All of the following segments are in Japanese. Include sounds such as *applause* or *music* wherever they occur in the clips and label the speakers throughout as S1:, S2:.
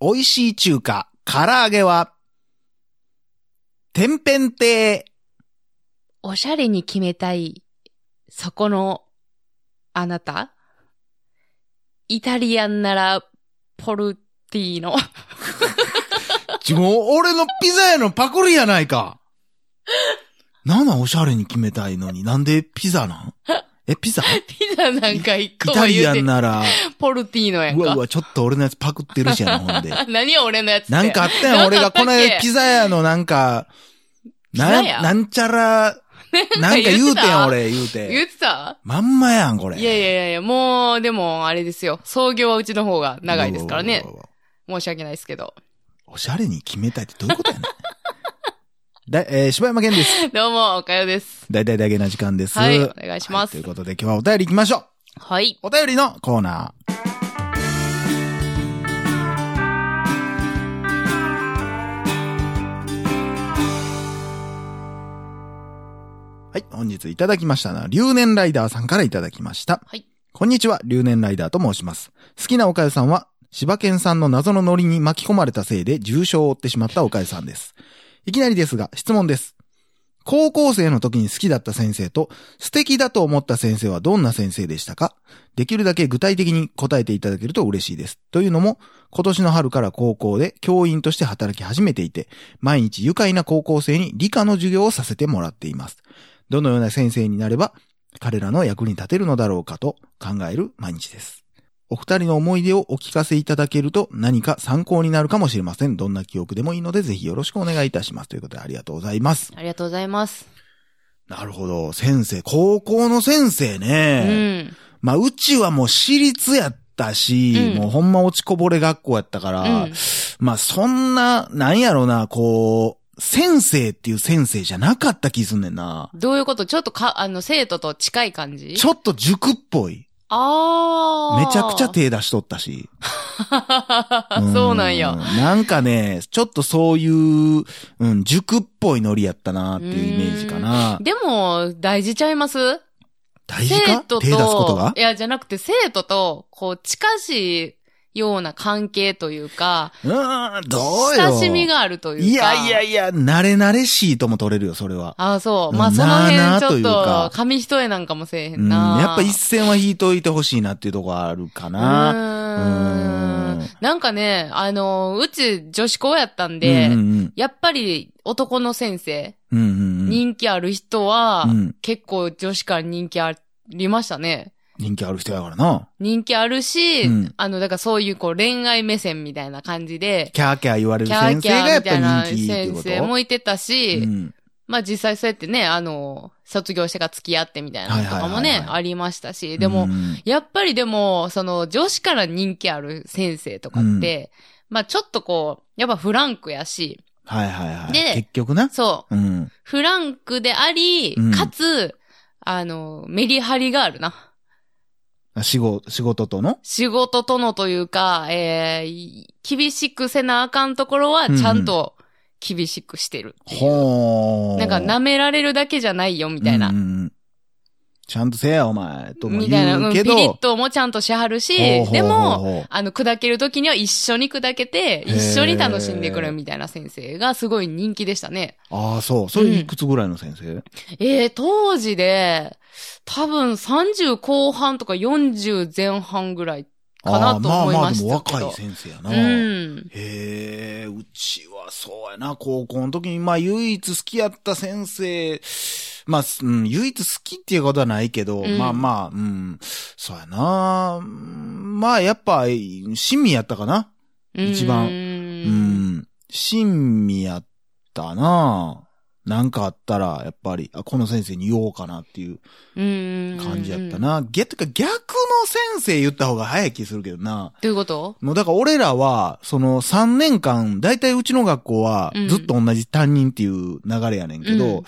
S1: 美味しい中華、唐揚げは、天変亭。
S2: おしゃれに決めたい、そこの、あなたイタリアンなら、ポルティーノ。
S1: ちもう、俺のピザ屋のパクリやないか。なんなんおしゃれに決めたいのに、なんでピザなんえ、ピザイ
S2: ピザなんか一個も
S1: タリ
S2: 言
S1: ア
S2: うて
S1: ン、なら、
S2: ポルティーノやん
S1: う
S2: か。
S1: わうわ、ちょっと俺のやつパクってるしやな、ほんで。
S2: *laughs* 何や俺のやつって。
S1: なんかあったやん、
S2: なん
S1: 俺
S2: かあ
S1: が
S2: ったっ
S1: こ
S2: け
S1: の間ピザ屋のなんか、
S2: ピザ屋
S1: な、なんちゃ
S2: *laughs*
S1: ら、なんか言うてん、
S2: た
S1: 俺、言う
S2: 言
S1: て。
S2: ってた
S1: まんまやん、これ。
S2: いやいやいやいや、もう、でも、あれですよ。創業はうちの方が長いですからね
S1: うわ。うわうわうわ
S2: 申し訳ないですけど。 *laughs*
S1: おしゃれに決めたいってどういうことやねん。 *laughs* だ、えー柴山健です。
S2: どうも、おかよです。
S1: だいたいだけな時間です。
S2: はい、お願いしま
S1: はい
S2: す。
S1: ということで今日はお便り行きましょう。
S2: はい。
S1: お便りのコーナー。はい、本日いただきましたのは、留年ライダーさんからいただきました。
S2: はい。
S1: こんにちは、留年ライダーと申します。好きなおかゆさんは、柴犬さんの謎のノリに巻き込まれたせいで重傷を負ってしまったおかゆさんです。いきなりですが、質問です。高校生の時に好きだった先生と、素敵だと思った先生はどんな先生でしたかできるだけ具体的に答えていただけると嬉しいです。というのも、今年の春から高校で教員として働き始めていて、毎日愉快な高校生に理科の授業をさせてもらっています。どのような先生になれば、彼らの役に立てるのだろうかと考える毎日です。お二人の思い出をお聞かせいただけると何か参考になるかもしれません。どんな記憶でもいいのでぜひよろしくお願いいたします。ということでありがとうございます。
S2: ありがとうございます。
S1: なるほど。先生、高校の先生ね。
S2: うん。
S1: まあ、うちはもう私立やったし、
S2: うん
S1: もうほんま落ちこぼれ学校やったから、
S2: うん
S1: まあ、そんな、なんやろな、こう、先生っていう先生じゃなかった気すんねんな。
S2: どういうことちょっとか、あの、生徒と近い感じ
S1: ちょっと塾っぽい。
S2: ああ。
S1: めちゃく
S2: *laughs*
S1: ちゃ。手出しとったし。
S2: そうなんや。
S1: なんかね、ちょっとそういう、うん、塾っぽいノリやったなっていうイメージかな。
S2: でも、大事ちゃいます
S1: 大事
S2: 生
S1: か
S2: 徒と、
S1: 手出すことが
S2: いや、じゃなくて生徒と、こう、近しいような関係というか、
S1: うーん、どうよ。
S2: 親しみがあるというか。
S1: いやいやいや、慣れ慣れしいとも取れるよ、それは。
S2: ああ、そう。まあ、
S1: うん
S2: その
S1: なあなあ
S2: 辺ち
S1: と
S2: ょ
S1: い
S2: っ
S1: うか
S2: と、紙一重なんかもせえへ
S1: うんん、
S2: な。
S1: やっぱ一線は引いといてほしいなっていうとこはあるかな。
S2: う
S1: う
S2: ー
S1: ん
S2: ん。なんかね、あの、うち女子校やったんで、
S1: うんうん
S2: やっぱり男の先生、
S1: うん。うんうんうん
S2: 人気ある人は、
S1: うん
S2: 結構女子から人気ありましたね。
S1: 人気ある人やからな。
S2: 人気あるし、
S1: うん
S2: あの、だからそういうこう恋愛目線みたいな感じで、
S1: キャーキャー言われる
S2: キャー
S1: 先
S2: キ
S1: 生
S2: ャ
S1: が
S2: ー
S1: やっ
S2: みたい
S1: ぱ
S2: な
S1: 人気っていう
S2: 先
S1: こと
S2: 生もいてたし、
S1: うん
S2: まあ実際そうやってね、あの、卒業してから付き合ってみたいなのとかも
S1: はいはい
S2: ね、
S1: はいはい
S2: ありましたし、でも、
S1: うん
S2: やっぱりでも、その女子から人気ある先生とかって、まあちょっとこう、やっぱフランクやし、
S1: はいはいはい。
S2: で
S1: 結局な。
S2: そう、
S1: うん。
S2: フランクであり、
S1: うん
S2: かつ、あの、メリハリがあるな。
S1: 仕事、仕事との
S2: 仕事とのというか、えーい厳しくせなあかんところは、
S1: うんうん
S2: ちゃんと厳しくしてるっていう
S1: ほー。
S2: なんか舐められるだけじゃないよ、みたいな
S1: うん。うんちゃんとせえや、お前。とも
S2: みたいな、
S1: 言
S2: う、
S1: うん
S2: ピ
S1: け
S2: リ
S1: ど。
S2: ッともちゃんとしはるし、
S1: ほうほうほうほう
S2: でも、、あの、砕ける時には一緒に砕けて、
S1: ー
S2: 一緒に楽しんでくるみたいな先生がすごい人気でしたね。
S1: ああ、そう。それいくつぐらいの先生、
S2: ええ当時で、多分30後半とか40前半ぐらい。かなと思いましたけど
S1: あーまあまあ、でも若い先生やな。
S2: うん。
S1: へえ、うちはそうやな、高校の時に、まあ唯一好きやった先生、まあ、すうん、唯一好きっていうことはないけど、
S2: うん
S1: まあまあ、うん、そうやな、うんまあやっぱ、親身やったかな。一番
S2: う。
S1: うんん、親身やったな。なんかあったら、やっぱり、あ、この先生に言おうかなっていう
S2: うん。
S1: 感じやった。な。げ、とか逆の先生言った方が早い気するけどな。
S2: どういうこと
S1: もうだから俺らは、その3年間、だいたいうちの学校は
S2: うん
S1: ずっと同じ担任っていう流れやねんけど、
S2: うん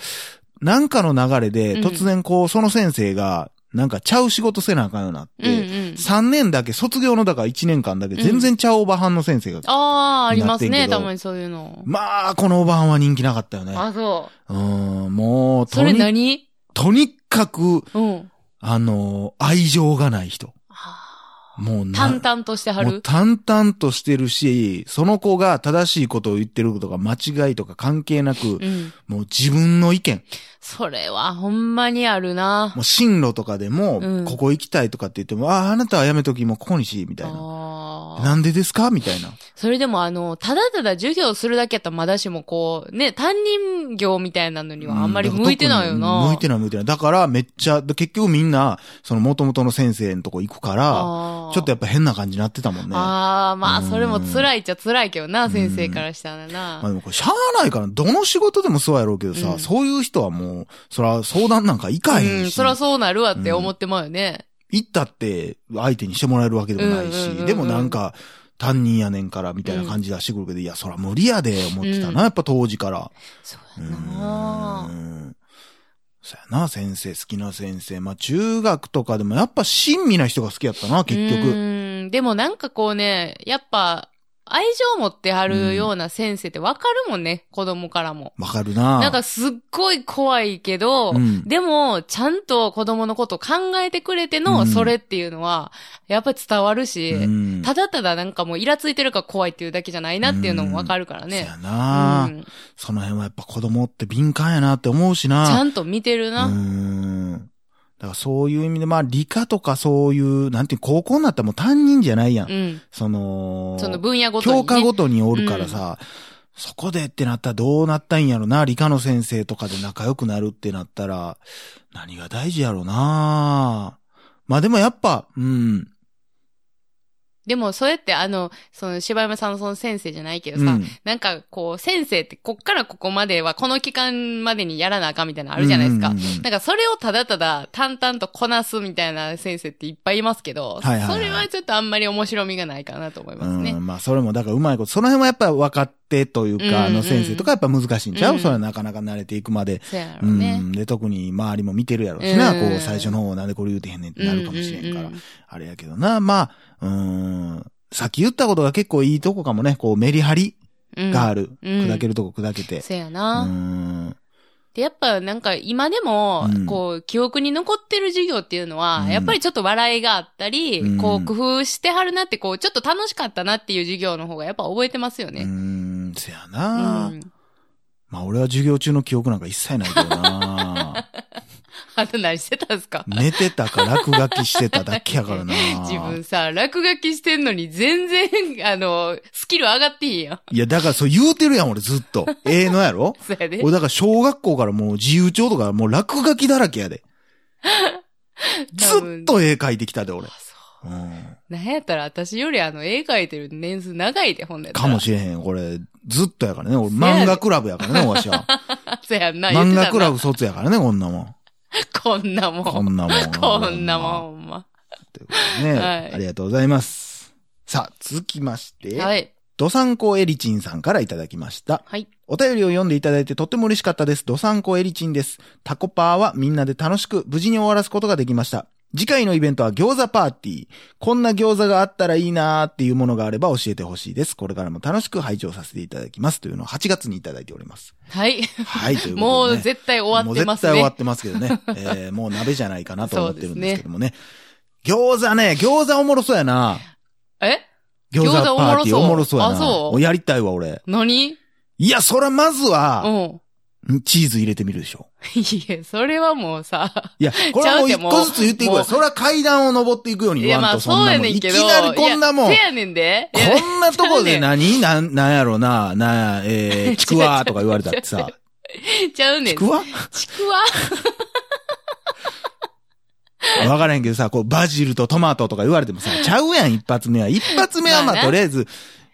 S1: なんかの流れで
S2: うん
S1: 突然こう、その先生が、なんかちゃう仕事せなあかんようになっ
S2: うんう
S1: て、
S2: ん。
S1: 3年だけ、卒業のだから1年間だけ全然ちゃうおばはんの先生が、
S2: ああ、あります
S1: なって
S2: ね、
S1: んけど
S2: たまにそういうの。
S1: まあ、このおばはんは人気なかったよね。
S2: あ、そう
S1: ーん、もう、
S2: う。そ
S1: と
S2: れ
S1: に、
S2: 何
S1: とにかく、
S2: うん。
S1: あのー愛情がない人。
S2: あ
S1: もう
S2: ー
S1: な
S2: 淡々としては
S1: もう
S2: る。
S1: 淡々としてるし、その子が正しいことを言ってることが間違いとか関係なく、
S2: うん。
S1: もう自分の意見、
S2: それはほんまにあるな。
S1: もう進路とかでも、
S2: うん
S1: ここ行きたいとかって言っても、ああ、あなたはやめとき、もうここにし、みたいな。
S2: あー
S1: なんでですかみたいな。
S2: それでもあの、ただただ授業するだけやったらまだしもこう、ね、担任業みたいなのにはあんまり
S1: うだから
S2: 向いてない
S1: 特
S2: よ
S1: に
S2: な。
S1: 向いてない向いてない。だからめっちゃ、結局みんな、その元々の先生のとこ行くから、
S2: あー
S1: ちょっとやっぱ変な感じになってたもんね。ま
S2: ああ、まあ、
S1: うん
S2: それも辛いっちゃ辛いけどな、
S1: ん
S2: 先生からしたらな。
S1: あでもこれしゃあないから、どの仕事でもそうやろうけどさ、
S2: うん
S1: そういう人はもう、そら相談なんか行かへ
S2: うんん、
S1: し、
S2: そらそうなるわって思ってまうよね。
S1: 行ったって相手にしてもらえるわけでもないし、
S2: うんうんうんうん
S1: でもなんか、担任やねんからみたいな感じ出してくるけど、いや、そら無理やで、思ってたな、
S2: うん
S1: やっぱ当時から。
S2: そう
S1: う
S2: やな
S1: ーんそやな、先生、好きな先生。まあ、中学とかでもやっぱ親身な人が好きやったな、結局。
S2: 局。でもなんかこうね、やっぱ、愛情持ってはるような先生ってわかるもんね、子供からも。
S1: わかるな。
S2: なんかすっごい怖いけど、
S1: うん
S2: でも、ちゃんと子供のこと考えてくれて
S1: う
S2: の、
S1: ん
S2: それっていうのは、やっぱり伝わるし、
S1: うん
S2: ただただなんかもうイラついてるから怖いっていうだけじゃないなっていうのもわかるから
S1: そ
S2: ね
S1: や。な、
S2: うんち
S1: その辺はやっぱ子供って敏感やなって思うしな。
S2: ゃんと見てるな。
S1: うーん。だからそういう意味で、まあ理科とかそういう、なんていう、高校になったらもう担任じゃないやん。
S2: うん。
S1: その、
S2: その分野ごとに、ね。
S1: 教科ごとにおるからさ、そこでってなったらどうなったんやろな、理科の先生とかで仲良くなるってなったら、何が大事やろなまあでもやっぱ、うん。
S2: でも、そうやって、あの、その、柴山さんのその先生じゃないけど
S1: う
S2: さ、
S1: ん。
S2: なんか、こう、先生って、こっからここまでは、この期間までにやらなあかんみたいなのあるじゃないですか。
S1: うんうんうん
S2: なんか、それをただただ、淡々とこなすみたいな先生っていっぱいいますけど、
S1: はいはいはい
S2: それはちょっとあんまり面白みがないかなと思います
S1: う
S2: ね。
S1: ん、まあそれもだからうまいこと、その辺はやっぱ分かってというか、あ
S2: うんう
S1: の
S2: ん
S1: 先生とかやっぱ難しいんちゃう、
S2: うん
S1: それはなかなか慣れていくまで。
S2: そうや
S1: う
S2: ろうね。
S1: ん。で、特に周りも見てるやろうしな、
S2: うん
S1: こう最初の方なんでこれ言うてへんねんってなるかもしれんから。
S2: うう
S1: あれやけどな、まあ、うーん。さっき言ったことが結構いいとこかもね、こうメリハリ
S2: うん
S1: がある。
S2: うん
S1: 砕けるとこ砕けて。
S2: そうや
S1: う
S2: な。
S1: ん。
S2: で、やっぱなんか今でも、
S1: うん
S2: こう、記憶に残ってる授業っていうのは、
S1: うん
S2: やっぱりちょっと笑いがあったり、
S1: うん
S2: こう、工夫してはるなって、こう、ちょっと楽しかったなっていう授業の方がやっぱ覚えてますよ
S1: う
S2: ね。
S1: ん、せや
S2: うん。
S1: な、まあ俺は授業中の記憶なんか一切ないけど
S2: *laughs*
S1: な
S2: あと何してたんですか
S1: 寝てたか落書きしてただけやからな
S2: *laughs* 自分さ、落書きしてんのに全然、 *laughs* あの、スキル上がっていいやん。
S1: いや、だからそう言うてるやん、俺ずっ
S2: *laughs*
S1: と。ええのやろ
S2: それで。
S1: 俺だから小学校からもう自由帳とかもう落書きだらけやで。
S2: 多
S1: ず
S2: 分
S1: っと絵描いてきたで、俺
S2: あ。そ
S1: うん。
S2: うなんやったら私よりあの、絵描いてる年数長いで、ほんなやったら
S1: かもしれへん、これ。ずっとやからね。俺
S2: せやで
S1: 漫画クラブやからね、わしは。
S2: そうやんな、言って
S1: 漫
S2: たな
S1: 画クラブ卒やからね、こんなもん。
S2: こんなもん。
S1: こんなもん。
S2: こんなもん、ほんま。
S1: ということでね、
S2: はい
S1: ありがとうございます。さあ、続きまして、
S2: はい。
S1: ドサンコエリチンさんからいただきました。
S2: はい。
S1: お便りを読んでいただいてとっても嬉しかったです。ドサンコエリチンです。タコパーはみんなで楽しく無事に終わらすことができました。次回のイベントは餃子パーティー。こんな餃子があったらいいなーっていうものがあれば教えてほしいです。これからも楽しく拝聴させていただきます。というのを8月にいただいております。
S2: はい。
S1: はい、ということで、ね。
S2: *laughs* もう絶対終わってますね。
S1: もう絶対終わってますけどね。えー、もう鍋じゃないかなと思ってるんですけども *laughs* ね。餃子ね、餃子おもろそうやな。
S2: え
S1: 餃子
S2: 餃子お
S1: パ
S2: も
S1: ー
S2: ろ
S1: ティ
S2: そ
S1: ー
S2: う
S1: おもろそうやな。
S2: あそう
S1: おやりたいわ、俺。
S2: 何
S1: いや、そらまず
S2: う
S1: は、
S2: ん。
S1: チーズ入れてみるでしょ。
S2: いや、それはもうさ。
S1: いや、これはもう
S2: ち
S1: 一
S2: ゃうてもう
S1: 個ずつ言っていく
S2: も
S1: わ。
S2: う
S1: そら階段を登っていくように
S2: い
S1: 言
S2: や、
S1: わん
S2: ま
S1: と、
S2: あ
S1: そん
S2: そう
S1: な
S2: や
S1: もん。
S2: ね
S1: い
S2: ん
S1: き
S2: けど。
S1: なりこんなもん。
S2: い
S1: こ
S2: やせやねんで。いや
S1: んなとこで何なん、なんやろな、なんや、 *laughs* えー、ちくわとか言われたって
S2: 違う
S1: さ
S2: 違。 *laughs* ちゃうね
S1: ち
S2: ん。
S1: くわ
S2: ちくわ
S1: *laughs* わからへんけどさ、こう、バジルとトマトとか言われてもさ、ちゃうやん、一発目は。一発目はま
S2: まあ
S1: あ、
S2: な
S1: とりあえず、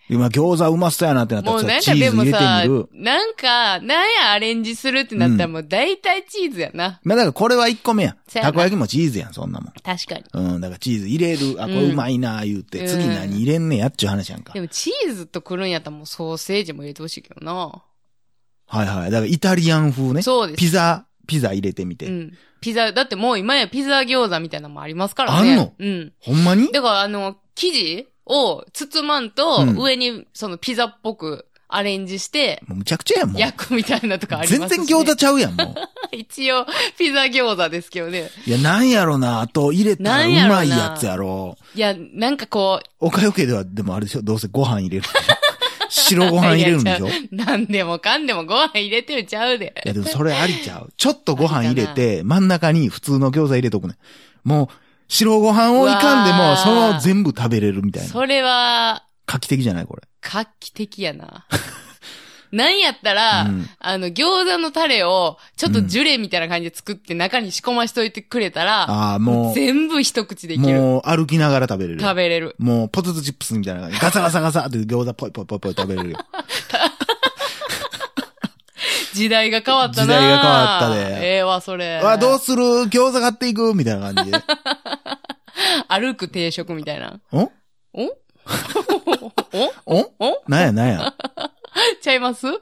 S1: 今、餃子うまそうやなってなった
S2: も
S1: ら
S2: うな
S1: さ、
S2: ん
S1: チ
S2: かで
S1: ーズ
S2: も
S1: 入れて
S2: さ
S1: みる。、
S2: なんか、なんやアレンジするってなったらもう大体チーズやな。
S1: まあ、だからこれは一個目やん。
S2: せやな
S1: たこ焼きもチーズやん、そんなもん。
S2: 確かに。
S1: うん、だからチーズ入れる、あ、これうまいな、言うて、
S2: うん
S1: 次何入れんねやっちゅう話やんか。
S2: でもチーズとくるんやったらもうソーセージも入れてほしいけどな。
S1: はいはい。だからイタリアン風ね。
S2: そうです。
S1: ピザ、ピザ入れてみて。
S2: うん。ピザ、だってもう今やピザ餃子みたいなのもありますからね。
S1: あんの
S2: うん。
S1: ほんまに
S2: だからあの、生地を包まんと、
S1: うん
S2: 上にそのピザっぽくアレンジして、
S1: もうむちゃくちゃやん、もう。
S2: 焼くみたいなとかあり
S1: 全
S2: ます
S1: 然
S2: し、ね。
S1: 餃子ちゃうやん、もう。
S2: *laughs* 一応、ピザ餃子ですけどね。
S1: いや、なんやろな、あと入れたらうまいやつやろ。
S2: いや、なんかこ
S1: おかよけでは、でもあれでしょ、どうせご飯入れるんでしょ。 *laughs* 白ご飯入れるんでしょ。
S2: い
S1: いや、
S2: う、なんでもかんでもご飯入れてるちゃうで。
S1: でもそれありちゃう。ちょっとご飯入れて、真ん中に普通の餃子入れとくね。もう、白ご飯をいかんで
S2: う
S1: も、
S2: わー
S1: そのまま全部食べれるみたいな。
S2: それは、
S1: 画期的じゃないこれ。
S2: 画期的
S1: *laughs*
S2: やな。なんやったら、
S1: うん
S2: あの、餃子のタレを、ちょっとジュレみたいな感じで作って中に仕込ましといてくれたら、
S1: ああ、も
S2: 全部一口で
S1: う、
S2: いける。
S1: もう歩きながら食べれる。
S2: 食べれる。
S1: もう、ポテトチップスみたいな感じ。ガサガサガサって餃子ぽいぽいぽいぽい食べれるよ。
S2: 時代が変わったな
S1: 時代が変わったで
S2: え *laughs* えわ、それ。
S1: あ、どうする餃子買っていくみたいな感じで。
S2: 歩く定食みたいな。
S1: ん
S2: *laughs* お *laughs* お
S1: お
S2: お
S1: なんやなんや。
S2: ちゃいます
S1: あ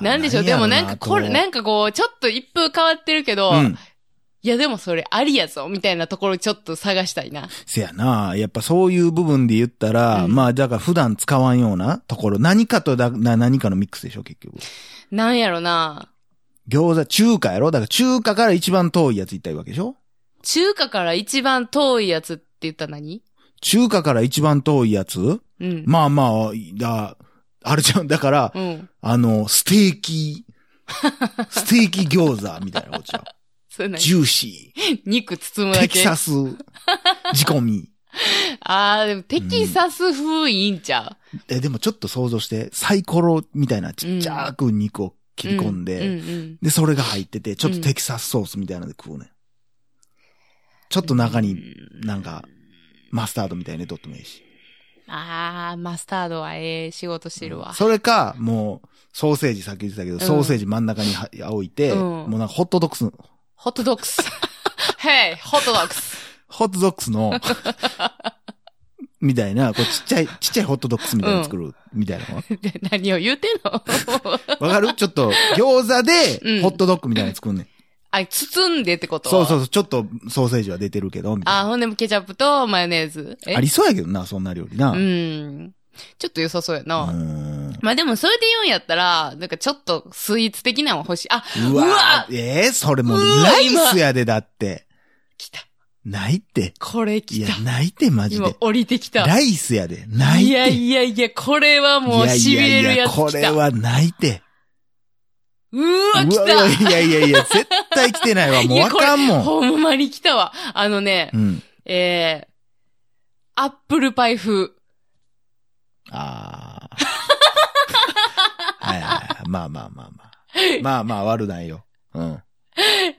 S1: ー
S2: なんでしょう
S1: や
S2: で
S1: ろ
S2: もなんかこれ、なんかこう、ちょっと一風変わってるけど、
S1: うん。
S2: いやでもそれありやぞ、みたいなところちょっと探したいな。
S1: せやな。やっぱそういう部分で言ったら、
S2: うん
S1: まあだから普段使わんようなところ、何かとだな何かのミックスでしょ、結局。
S2: なんやろな。
S1: 餃子、中華やろだから中華から一番遠いやつ行ったらいいわけでしょ
S2: 中華から一番遠いやつって言ったら何
S1: 中華から一番遠いやつ
S2: うん。
S1: まあまあ、だ、あれじゃん。だから、
S2: うん。
S1: あの、ステー
S2: *laughs*
S1: キ、ステーキ餃子みたいなことじゃん。
S2: それ何
S1: ジューシ
S2: 肉包む
S1: ー、テ
S2: だ
S1: キ
S2: け。
S1: サス、仕込み。
S2: あー、でもテキサス風いいんちゃ
S1: え、でもちょっと想像して、サイコロみたいなちっちゃーく肉を
S2: う
S1: 切り込んで、
S2: うんうん
S1: で、それが入ってて、ちょっとテキサスソースみたいなので食うねん。ちょっと中に、なんか、マスタードみたいにとってもいいし。
S2: あー、マスタードはええ仕事してるわ。
S1: それか、もう、ソーセージさっき言ってたけど、
S2: ん
S1: ソーセージ真ん中には置いて、
S2: うん
S1: もうなんかホットドッグスの、
S2: ホットドッグス。 *laughs* ヘイ、ホットドッグス。
S1: ホットドッグスの、みたいな、こうちっちゃい、ちっちゃいホットドッグスみたいなの作る、みたいなのは。
S2: で何を言うてん
S1: *laughs*
S2: の
S1: わかるちょっと、餃子で、
S2: うん
S1: ホットドッグみたいなの作んねん。
S2: あ、包んでってこと
S1: そうそう
S2: う。
S1: そう、ちょっとソーセージは出てるけど、みたい
S2: あ、
S1: な。
S2: ほんでもケチャップとマヨネーズ。え
S1: ありそうやけどな、そんな料理な。
S2: う。
S1: うん
S2: ちょっと良さそうやな。
S1: ーん
S2: まあでもそれで言うんやったら、なんかちょっとスイーツ的なの欲しい。あ、
S1: う
S2: う
S1: わ
S2: わ
S1: えーそれもう
S2: うわ
S1: ライスやで、だって。
S2: 来た。
S1: ないって。
S2: これ
S1: い
S2: 来
S1: や
S2: た、。
S1: ないって、マジ
S2: 今
S1: で。
S2: 降りてきた。
S1: ライスやで。ないって。
S2: やいやいや、これはもう痺れるやつ来た。
S1: これはないって。
S2: うわ、来
S1: うわ
S2: た
S1: いやいやいや、絶対来てないわ。もう
S2: *laughs* い
S1: わ
S2: やこれ
S1: かんもん。
S2: ほんまに来たわ。あのね、
S1: うん。
S2: えー、アップルパイ風。
S1: ああ。 *laughs* はいはいはい。まあまあまあまあ。まあまあ、悪ないよ。うん。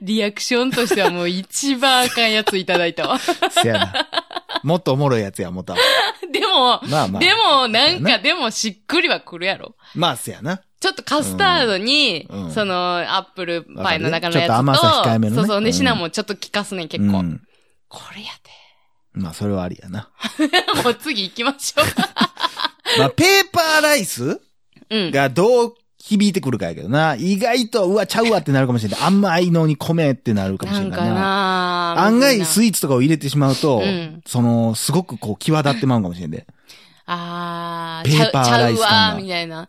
S2: リアクションとしてはもう一番あかんやついただいた
S1: *laughs*
S2: わ。
S1: せや
S2: *laughs*
S1: な。もっとおもろいやつや、もた。
S2: でも、
S1: まあまあ。
S2: でも、なん
S1: そうや
S2: か、でも、しっくりはくるやろ。
S1: まあ、せやな。
S2: ちょっとカスタードに、
S1: うん
S2: その、アップルパイの中
S1: わかる
S2: のやつと、
S1: ねちょっと甘さ控えめのね
S2: そうそう、
S1: う
S2: で、
S1: ん
S2: シナモンちょっと効かすねん、結構。
S1: うん
S2: これや
S1: まあ、それはありやな。
S2: で。も *laughs* う次行きましょ
S1: *laughs* まあ、ペーパーライス
S2: う。 *laughs* うん。
S1: がどう響いてくるかやけどな。意外と、うわ、ちゃうわってなるかもしれない。あんまいのに米ってなるかもし
S2: な
S1: れ
S2: ん
S1: ない
S2: か
S1: な。
S2: なぁ
S1: 案外、
S2: イ
S1: スイーツとかを入れてしまうと、
S2: うん
S1: その、すごくこう、際立ってまうんかもしれんで。
S2: あ
S1: ペ
S2: ちゃ
S1: ー
S2: う
S1: パー
S2: ち
S1: ラ
S2: ゃ
S1: イ
S2: う
S1: ス感が
S2: わーみたいな。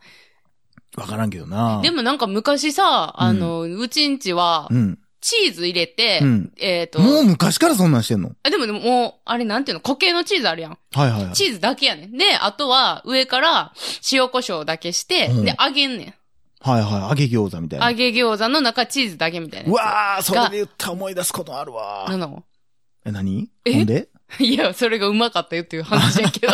S1: わからんけどな。
S2: でもなんか昔さ、あの、うちんちは
S1: う、ん。
S2: チーズ入れて、
S1: うん
S2: えっ、と、
S1: もう昔からそんなんしてんの
S2: あでもでも、もう、あれなんていうの固形のチーズあるやん。
S1: はいはいはい。
S2: チーズだけやねん。で、あとは、上から、塩胡椒だけして、
S1: うん
S2: で、揚げんねん。
S1: はいはい。揚げ餃子みたいな。
S2: 揚げ餃子の中チーズだけみたいな。
S1: うわー、それで言ったら思い出すことあるわ
S2: なの *laughs*
S1: え、何
S2: え
S1: ほんで
S2: いや、それがうまかったよっていう話
S1: *laughs*
S2: やけど。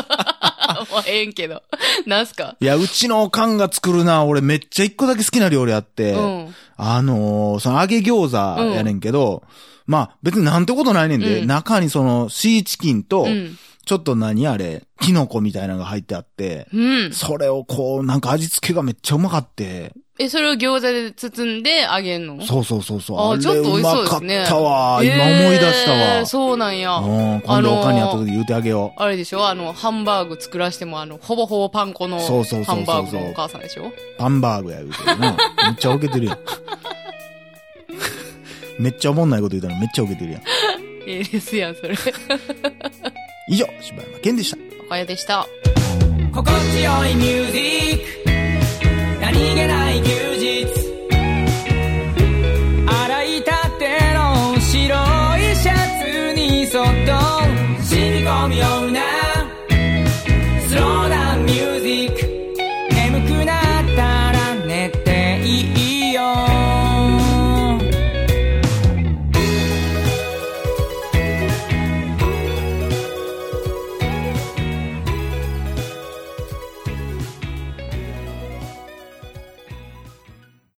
S2: もうええんけど。なんすか
S1: いや、うちのおかんが作るな、俺めっちゃ一個だけ好きな料理あって、
S2: うん。
S1: あのーその揚げ餃子やねんけど、まあ別になんてことないねんで、
S2: うん
S1: 中にそのシーチキンと
S2: う、ん。
S1: ちょっと何あれ、キノコみたいなのが入ってあって、
S2: うん。
S1: それをこう、なんか味付けがめっちゃうまかって、
S2: え、それを餃子で包んで揚げんの
S1: そうそうそうそう、
S2: あ
S1: れ
S2: ちょっと美味
S1: う
S2: しそうで
S1: まか
S2: す
S1: っ
S2: ね
S1: たわ、今思い出した
S2: えー
S1: わ。
S2: そうなんや。
S1: うん、今度おかんに会った時言うてあげよう。
S2: あれでしょあの、ハンバーグ作らしても、あの、ほぼほぼパン粉の
S1: そうそうそうそう
S2: ハンバーグのお母さんでしょ
S1: ハンバーグや言うてるな。めっちゃウケてるや
S2: *laughs*
S1: ん。めっちゃおもんないこと言うたらめっちゃウケてるやん。 *laughs*
S2: ええですやん、それ。
S1: 以上、柴山健でした。
S2: おかゆでした。
S1: 「
S3: 心地よいミュージック何気ない休日洗いたての白いシャツにそっと染み込むような